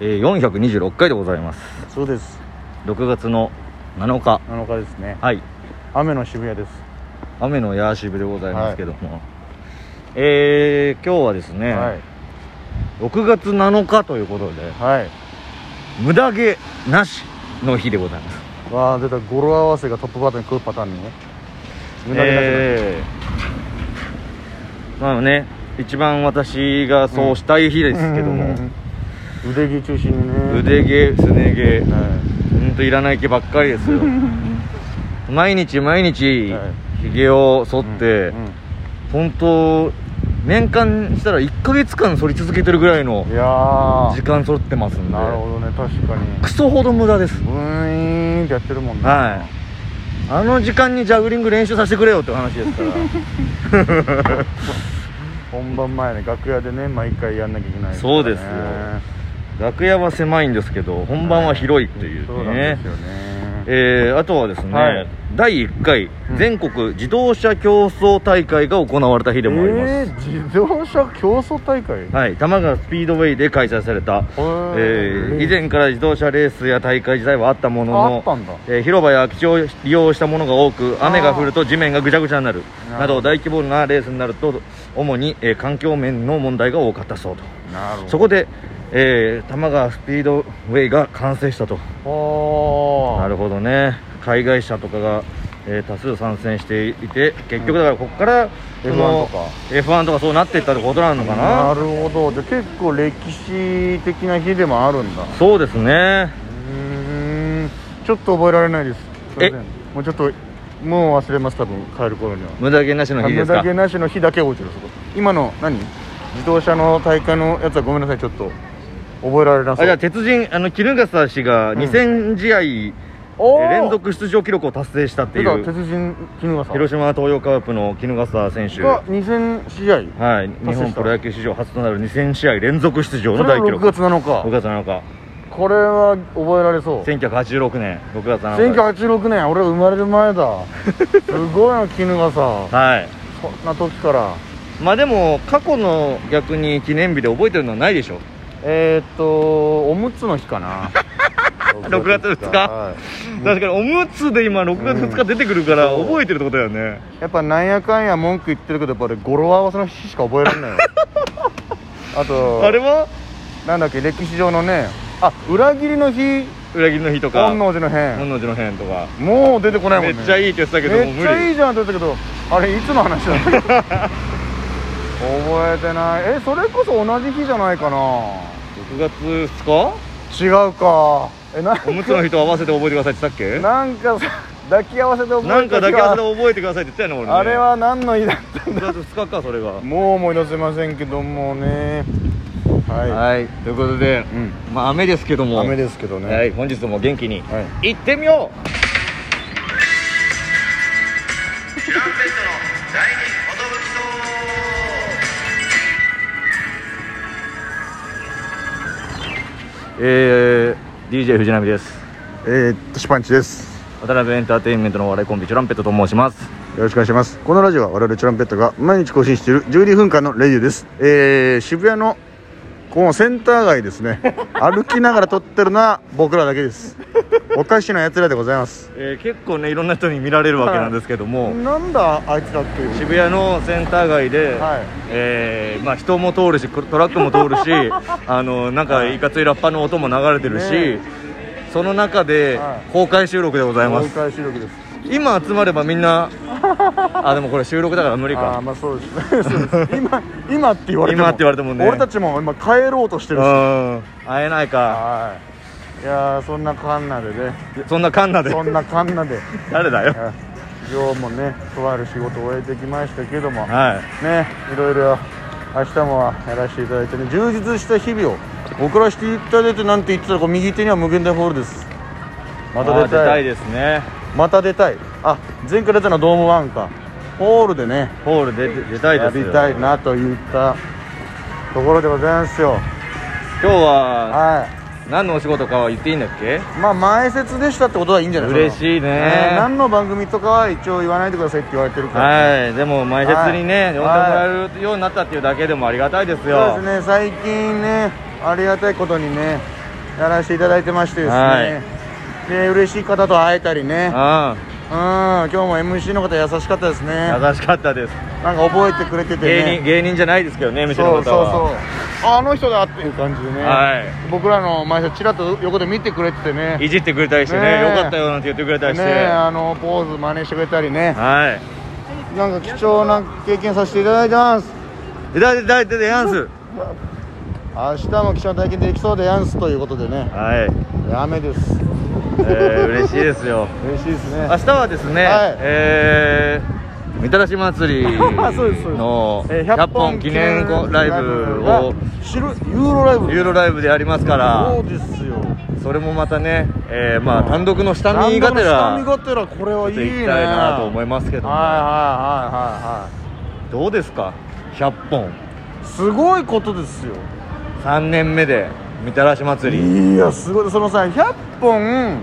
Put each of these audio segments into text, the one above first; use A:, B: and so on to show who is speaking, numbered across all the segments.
A: えー426回でございます
B: そうです
A: 6月の7日
B: 7日ですね
A: はい
B: 雨の渋谷です
A: 雨のヤーシブでございますけども、えー今日はですね、
B: はい
A: 6月7日ということで
B: はい
A: 無駄毛なしの日でございます
B: わあ出た語呂合わせがトップバッターに来るパターンにね無駄になって
A: えーまあね一番私がそうしたい日で
B: る
A: すけども、
B: うん腕毛中心にね
A: 腕毛すね毛
B: は
A: ほんといらない毛ばっかり ですよ毎日毎日
B: は
A: ひげを剃
B: い
A: って
B: うん
A: 本当年間したら1ヶ月間剃り続けてるぐらいの
B: うんいやー
A: 時間剃ってますんで
B: なるほどね確かに
A: クソほど無駄です
B: ブイーンってやってるもんね
A: はいあの時間にジャグリング練習させてくれよって話ですから
B: 本番前ね楽屋でね毎回やんなきゃいけないからね
A: そうですよ楽屋は狭いんですけど本番は広いという
B: そうなん
A: ね
B: ですよね
A: えーあとはですね、
B: はい
A: 第1回
B: うん
A: 全国自動車競争大会が行われた日でもあります、
B: えー自動車競争大会
A: はい、多摩川スピードウェイで開催された、
B: へー
A: えー以前から自動車レースや大会自体はあったもの
B: あっ
A: の
B: たんだ
A: えー広場や空き地を利用したものが多く
B: あー
A: 雨が降ると地面がぐちゃぐちゃになる
B: なるほど
A: など大規模なレースになると主に、えー環境面の問題が多かったそうと
B: なるほど
A: そこで、えー、多摩川スピードウェイが完成したと
B: おー
A: なるほどね海外車とかが、えー多数参戦していて結局だからここから、そ
B: F1
A: の
B: とか
A: F1 とかそうなっていったってことなのか
B: な
A: な
B: るほどじゃあ結構歴史的な日でもあるんだう
A: そうですね
B: ーんちょっと覚えられないですすいませんもうちょっともう忘れます多分帰る頃には
A: 無駄毛なしの日で
B: 無
A: すか
B: 駄毛なしの日だけ覚えてるそこ今の何自動車の大会のやつはごめんなさいちょっと覚えられな
A: あ
B: さ
A: じゃあ
B: い
A: 鉄人あの衣笠氏が
B: ん
A: 2000試合、
B: お
A: えー
B: ー
A: 連続出場記録を達成したってい
B: てか
A: う
B: 鉄人衣笠
A: 広島東洋カープの衣笠選手
B: が
A: は
B: 2000試合
A: い
B: た
A: 日本プロ野球史上初となる2000試合連続出場
B: こ
A: の
B: れ
A: 大
B: は
A: 記
B: 6
A: 録
B: 月7
A: 6
B: 日
A: 月7日
B: これは覚えられそう
A: 1986年6月7日
B: 1986年俺が生まれる前 だすごいな絹がさ
A: はい
B: そんな時から
A: まあでも過去の逆に記念日で覚えてるのはないでしょ
B: えー、っとおむつの日 かな
A: 6月2日
B: はい
A: 確かにおむつで今6月2日出てくるから
B: うん
A: 覚えてるってことだよね
B: やっぱなんやかんや文句言ってるけどやっぱ俺語呂合わせの日しか覚えられな いわあと
A: あれは
B: なんだっけ歴史上のねあ裏切りの日
A: 裏切りの日とか
B: 本能寺の変
A: 本能寺の変とか
B: もう出てこないも
A: め
B: んね
A: っちゃいいって言ってたけどもう
B: めっ
A: 無
B: ちゃい
A: 理
B: いじゃんって言ってたけどあれいつの話だ覚 えてないえそれこそ同じ日じゃないかな
A: 6月2日
B: 違うかえな
A: おむつの日と合わせて覚えてくださいって言ったっけ
B: なんかさ抱き合わせで覚えて
A: なんかだけ合わせて覚えてくださいって言ったよね俺ね
B: あれは何の日だっ
A: 6月2日かそれが
B: たもう思い出せませんけどもねはい、
A: はいということで
B: うん
A: まあ雨ですけども
B: 雨ですけどね
A: はい本日も元気に
B: はい
A: 行ってみようえー、DJ 藤波です
B: えー、っとシュパンチです
A: 渡辺エンターテインメントのお笑いコンビチュランペットと申します
B: よろしくお願いしますこのラジオは我々チュランペットが毎日更新している12分間のレディオです、えー、渋谷のこのセンター街で すね歩きながら撮ってるのは僕らだけですおかしなやつらでございます
A: えー、結構ねいろんな人に見られるわけなんですけども、
B: なんだあいつらっていう
A: 渋谷のセンター街で、
B: はい
A: えーまあ、人も通るしトラックも通る しあのなんかいかついラッパの音も流れてるし、
B: ねえ
A: その中で
B: はい
A: 公開収録でございま
B: 公
A: す、
B: 開収録です
A: 今集まればみん なあでもこれ収録だから無理
B: ああ
A: か
B: ーまあそうですね そうです今今って言われても
A: 今って言われてもね
B: 俺たちも今帰ろうとして
A: う
B: るし
A: ん会えないか
B: はいいやーそんなカンナでね
A: そんなカンナで
B: そんなカンナで
A: 誰だよ
B: はい今日もねとある仕事を終えてきましたけども
A: は
B: ねいろいろ明日もやらせていただいてね充実した日々を送らせていただいてなんて言ってたらこう右手には無限大ホールです
A: い
B: また出
A: あー
B: たい
A: ですね
B: また出たいあ前回出たのはドームワンかホールでね
A: ホールで出たい
B: や
A: です
B: り
A: よ
B: たいなといったところでございますよ
A: 今日は
B: は
A: 何のお仕事かは言っていいんだっけ
B: いまあ前説でしたってことはいいんじゃない
A: 嬉
B: い
A: しいね
B: 何の番組とかは一応言わないでくださいって言われてるから、
A: はい、でも前説にね、
B: は
A: 呼ん
B: い
A: でもらえるようになったっていうだけでもありがたいですよ。
B: そうですね最近ねありがたいことにねやらせていただいてましてですね、
A: はい
B: で嬉しい方と会えたりね
A: あ
B: うん今日も MC の方優しかったですね
A: あ優しかったです
B: なんか覚えてくれててね
A: 芸人芸人じゃないですけどね店の方
B: そうそ
A: は
B: うそうああの人だっていう感じでね、
A: は
B: 僕らの前さちらっと横で見てくれててね
A: いいじってくれたりしてね
B: ねえ
A: よかったよなんて言ってくれたりして、
B: ねあのポーズ真似してくれたりね
A: はい
B: なんか貴重な経験させていただいてます
A: でだでだででやんす
B: 明日も貴重な体験できそうでやんすということでね
A: はい、
B: 雨です
A: えー、嬉しいですよ
B: 嬉しいですね
A: 明日はですね、
B: はい
A: えーみたらし祭り
B: そうですそうです
A: の100本記念ライブを
B: 知るユーロライブ
A: ユーロライブでやりますから
B: そうですよ
A: それもまたね、えーまあ単独の下見がて
B: な
A: ら
B: ん
A: ち
B: だ
A: ょっ
B: か下見がてらこれはいい
A: と行
B: ね
A: きたいなと思いますけど、
B: はいはいはいはいはい
A: どうですか100本
B: すごいことですよ
A: 3年目でみたらし祭り
B: いやすごいそのさ100本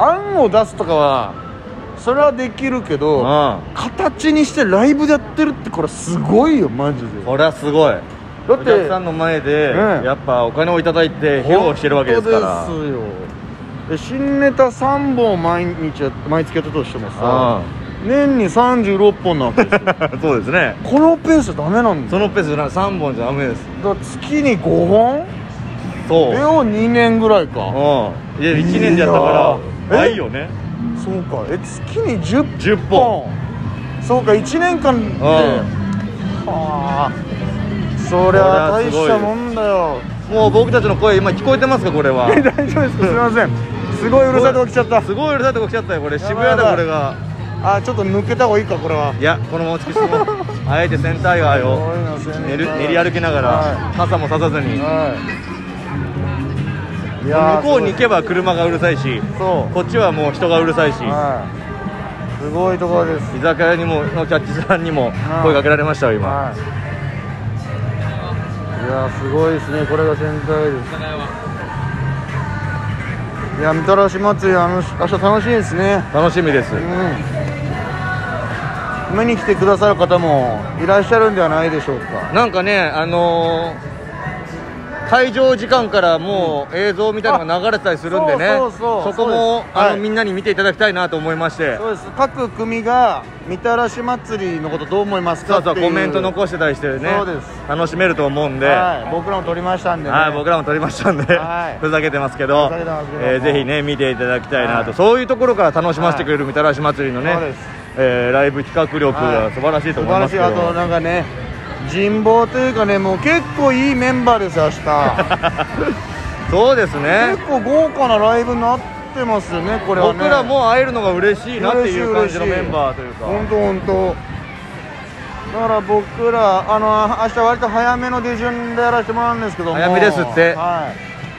B: 案を出すとかはそれはできるけ
A: う
B: ど
A: ん
B: 形にしてライブでやってるってこれすごいよマジで
A: これはすごい
B: だ
A: お
B: って
A: 客さんの前で、
B: ね
A: やっぱお金をいただいて披露してるわけですから
B: 本当ですよで新ネタ3本毎日や毎月やったとしてもさ年に36本なわ けですよ
A: うんそうですね
B: このペースダメなんだよ
A: そのペースな3本じゃダメです
B: だから月に5本
A: そ
B: こ
A: う
B: れを2年ぐらいか
A: うんいや1年じゃったか
B: いやー
A: ら
B: え
A: ないよね
B: そうかえ月に10
A: 10本
B: 本そうか1年間
A: うん
B: ではあそりゃ大したもんだよ
A: もう僕たちの声今聞こえてますかこれは
B: 大丈夫です かすいませんすごいうるさいとこ来ちゃった
A: すごいうるさいとこ来ちゃったよこれ
B: や
A: 渋
B: ばいや
A: 谷
B: ば
A: だ
B: い
A: これが
B: あちょっと抜けた方がいいかこれはい
A: やこのまま突き進もうあえてセンター街
B: こういうのセン
A: を
B: ター街
A: 練る練り歩きなが
B: は
A: ら傘もささずに
B: はいいやー
A: 向こうに
B: すごい
A: 行けば車がうるさいし
B: そ
A: こっちはもう人がうるさいし
B: うはいすごいところです
A: 居酒屋にものキャッチさんにも
B: はい
A: 声かけられましたよ今
B: はいいやーすごいですねこれが仙台ですいやみたらし祭りあの明日楽しいですね
A: 楽しみです
B: うん見に来てくださる方もいらっしゃるんではないでしょうか
A: なんかねあのー会場時間からもう映像みたいなのが流れてたりするんでね
B: あそうそうそう
A: こも
B: そうです
A: あの、
B: はい
A: みんなに見ていただきたいなと思いまして
B: そうです各組がみたらし祭りのことどう思います
A: そう
B: かってい
A: そううコメント残してたりしてね
B: そうです
A: 楽しめると思うんで、は
B: はい、僕らも撮りましたん
A: い
B: で、ね、
A: 僕らも撮りましたんで、
B: は い
A: ふざけてますけど
B: ふざけてますけど
A: えーぜひね見ていただきたいなと、
B: はい
A: そういうところから楽しませてくれるみたらし祭りのね、
B: そうです
A: えーライブ企画力が素晴らしいと
B: 素
A: 思い
B: 晴
A: ま
B: ら
A: す
B: し
A: け
B: い
A: ど、
B: あとなんかね人望というかねもう結構いいメンバーですよ 明日
A: そうですね
B: 結構豪華なライブになってますよねこれはね
A: 僕らも会えるのが嬉しいなっていう感じの
B: 嬉しい嬉し
A: メ
B: い
A: ンバーというか
B: 本当本当だから僕らあの明日割と早めの手順でやらせてもらうんですけども
A: 早めですって
B: は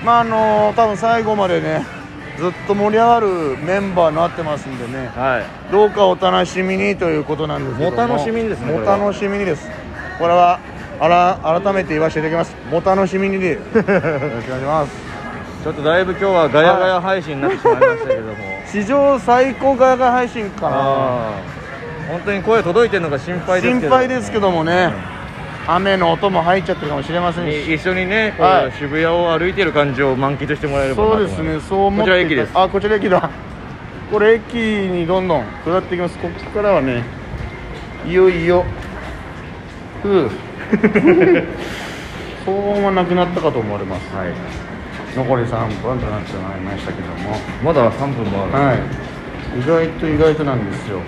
B: いまああの多分最後までねずっと盛り上がるメンバーになってますんでね
A: はい
B: どうかお楽しみにということなんですけども
A: お楽しみにですね
B: お楽しみにですこれはあら改めて言わせていただきますお楽しみにでよろしくお願いします
A: ちょっとだいぶ今日はガヤガヤ配信になってしまいました けども
B: 史上最高ガヤガヤ配信かな
A: あー本当に声届いてるのが心配です
B: 心
A: けど
B: 配ですけどもね、雨の音も入っちゃってるかもしれませんし
A: い一緒にね、こう
B: はい
A: 渋谷を歩いてる感じを満喫してもらえればなと
B: そう
A: 思い
B: で
A: ます
B: ねそう思って
A: こちら駅です
B: あこちら駅だこれ駅にどんどん下っていきますここからはねいよいよふ う騒音はなくなったかと思われます
A: はい
B: 残り3分となってまいりましたけども
A: まだ3分もある、
B: はい意外と意外となんですよ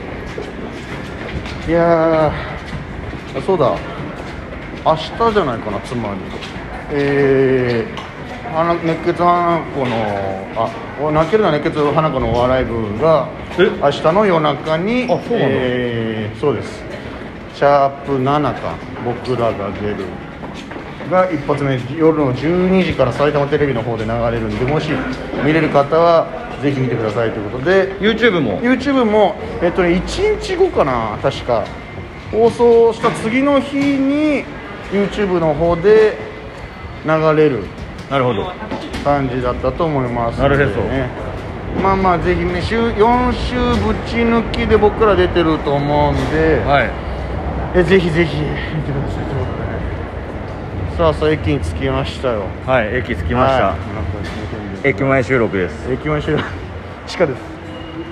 B: いやーあそうだ明日じゃないかなつまりえー、花熱血花子のあお泣けるな熱血花子のお笑い部が
A: え
B: 明日の夜中に
A: あそうなの
B: えーそうですシャープ7か僕らが出るが一発目夜の12時から埼玉テレビの方で流れるんでもし見れる方はぜひ見てくださいということで
A: YouTube も
B: YouTube もえっとね1日後かな確か放送した次の日に YouTube の方で流れる
A: なるほど
B: 感じだったと思いますので
A: なるへ
B: ねまあまあぜひね週4週ぶち抜きで僕ら出てると思うんで、
A: はい
B: えぜひぜひ見てくださいということでねさあさあ駅に着きましたよ
A: はい駅着き
B: 来
A: ました、駅
B: 駅
A: 前収録です
B: 駅前集団地下です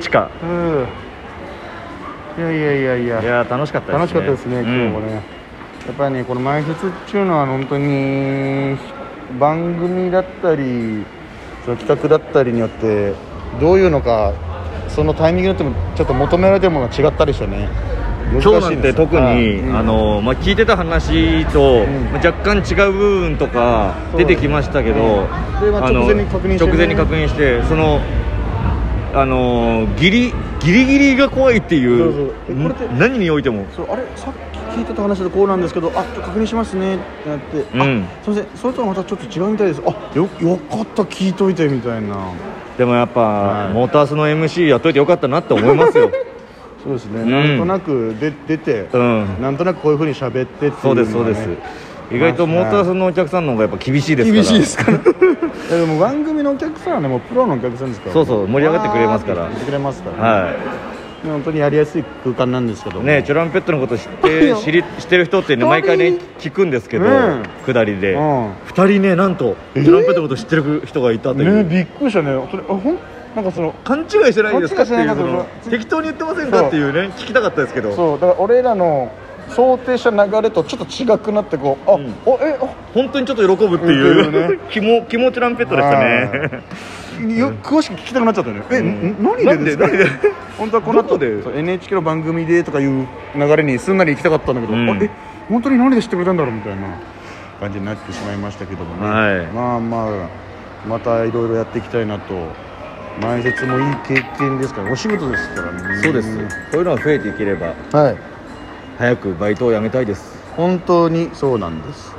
A: 地下
B: うんいやいやいやいや
A: いやー楽しかったですね
B: 楽しかったですね、今日もねやっぱりねこの前説っていうのは本当に番組だったりその企画だったりによってどういうのかそのタイミングによってもちょっと求められてるものが違ったりしてね
A: うん今日なんて特に、あ、のまあ、聞いてた話と、
B: うん
A: まあ若干違う部分とか
B: そ
A: 出
B: う
A: てきましたけど、
B: うんでまあ
A: あの
B: 直前に確認してね
A: 直前に確認してそのあのギリギリギリが怖いってい
B: そうそうえ
A: う
B: これって
A: ん何においても
B: そうあれさっき聞いてた話だとこうなんですけどあちょっと確認しますねってなって、
A: うん
B: あすいませんそれとはまたちょっと違うみたいですあよよかった聞いといてみたいな
A: でもやっぱ、
B: はい
A: モータースの MC やっといてよかったなって思い ますよ
B: そうですね、
A: ん
B: なんとなくで出て、
A: うん
B: なんとなくこういうふうに喋ってっていうのがね、
A: そうですそうです、意外とモータースのお客さんの方がやっぱ厳しいですから
B: 厳しいですからいや でも番組のお客さんはねもうプロのお客さんですから
A: そうそう盛り上がってくれますから
B: わーって言ってくれますから、
A: はい
B: ね本当にやりやすい空間なんですけども
A: ねチュランペットのこと知っ
B: い
A: て
B: や
A: 知り知ってる人ってね
B: 二人
A: 毎回ね聞くんですけど、
B: うん
A: 下りで、
B: う
A: 二
B: ん
A: 人ねなんとチュランペットのこと知ってる人がいたという、
B: ねびっくりしたねそれあほんなんかその
A: 勘違いしてないですかっていう
B: 勘違いしてない
A: その
B: そう
A: 適当に言ってませんかっていうね聞きたかったですけど
B: そうだから俺らの想定した流れとちょっと違くなってこうあ、
A: ん
B: おえお
A: 本当にちょっと喜ぶっていう、
B: うんね
A: 気も気もチュランペットでしたね
B: よ詳しく聞きたくなっちゃったね、えん何
A: な
B: で
A: ん
B: で
A: です
B: か
A: なんで
B: 本当はこの
A: どこ
B: 後
A: で
B: そう NHK の番組でとかいう流れにすんなり行きたかったんだけど、
A: うん
B: あえ本当に何で知ってくれたんだろうみたいな感じになってしまいましたけどもね、
A: はい
B: まあまあまたいろいろやっていきたいなと前説もいい経験ですからお仕事ですからね
A: そうですこういうのが増えていければ
B: はい
A: 早くバイトを辞めたいです
B: 本当にそうなんです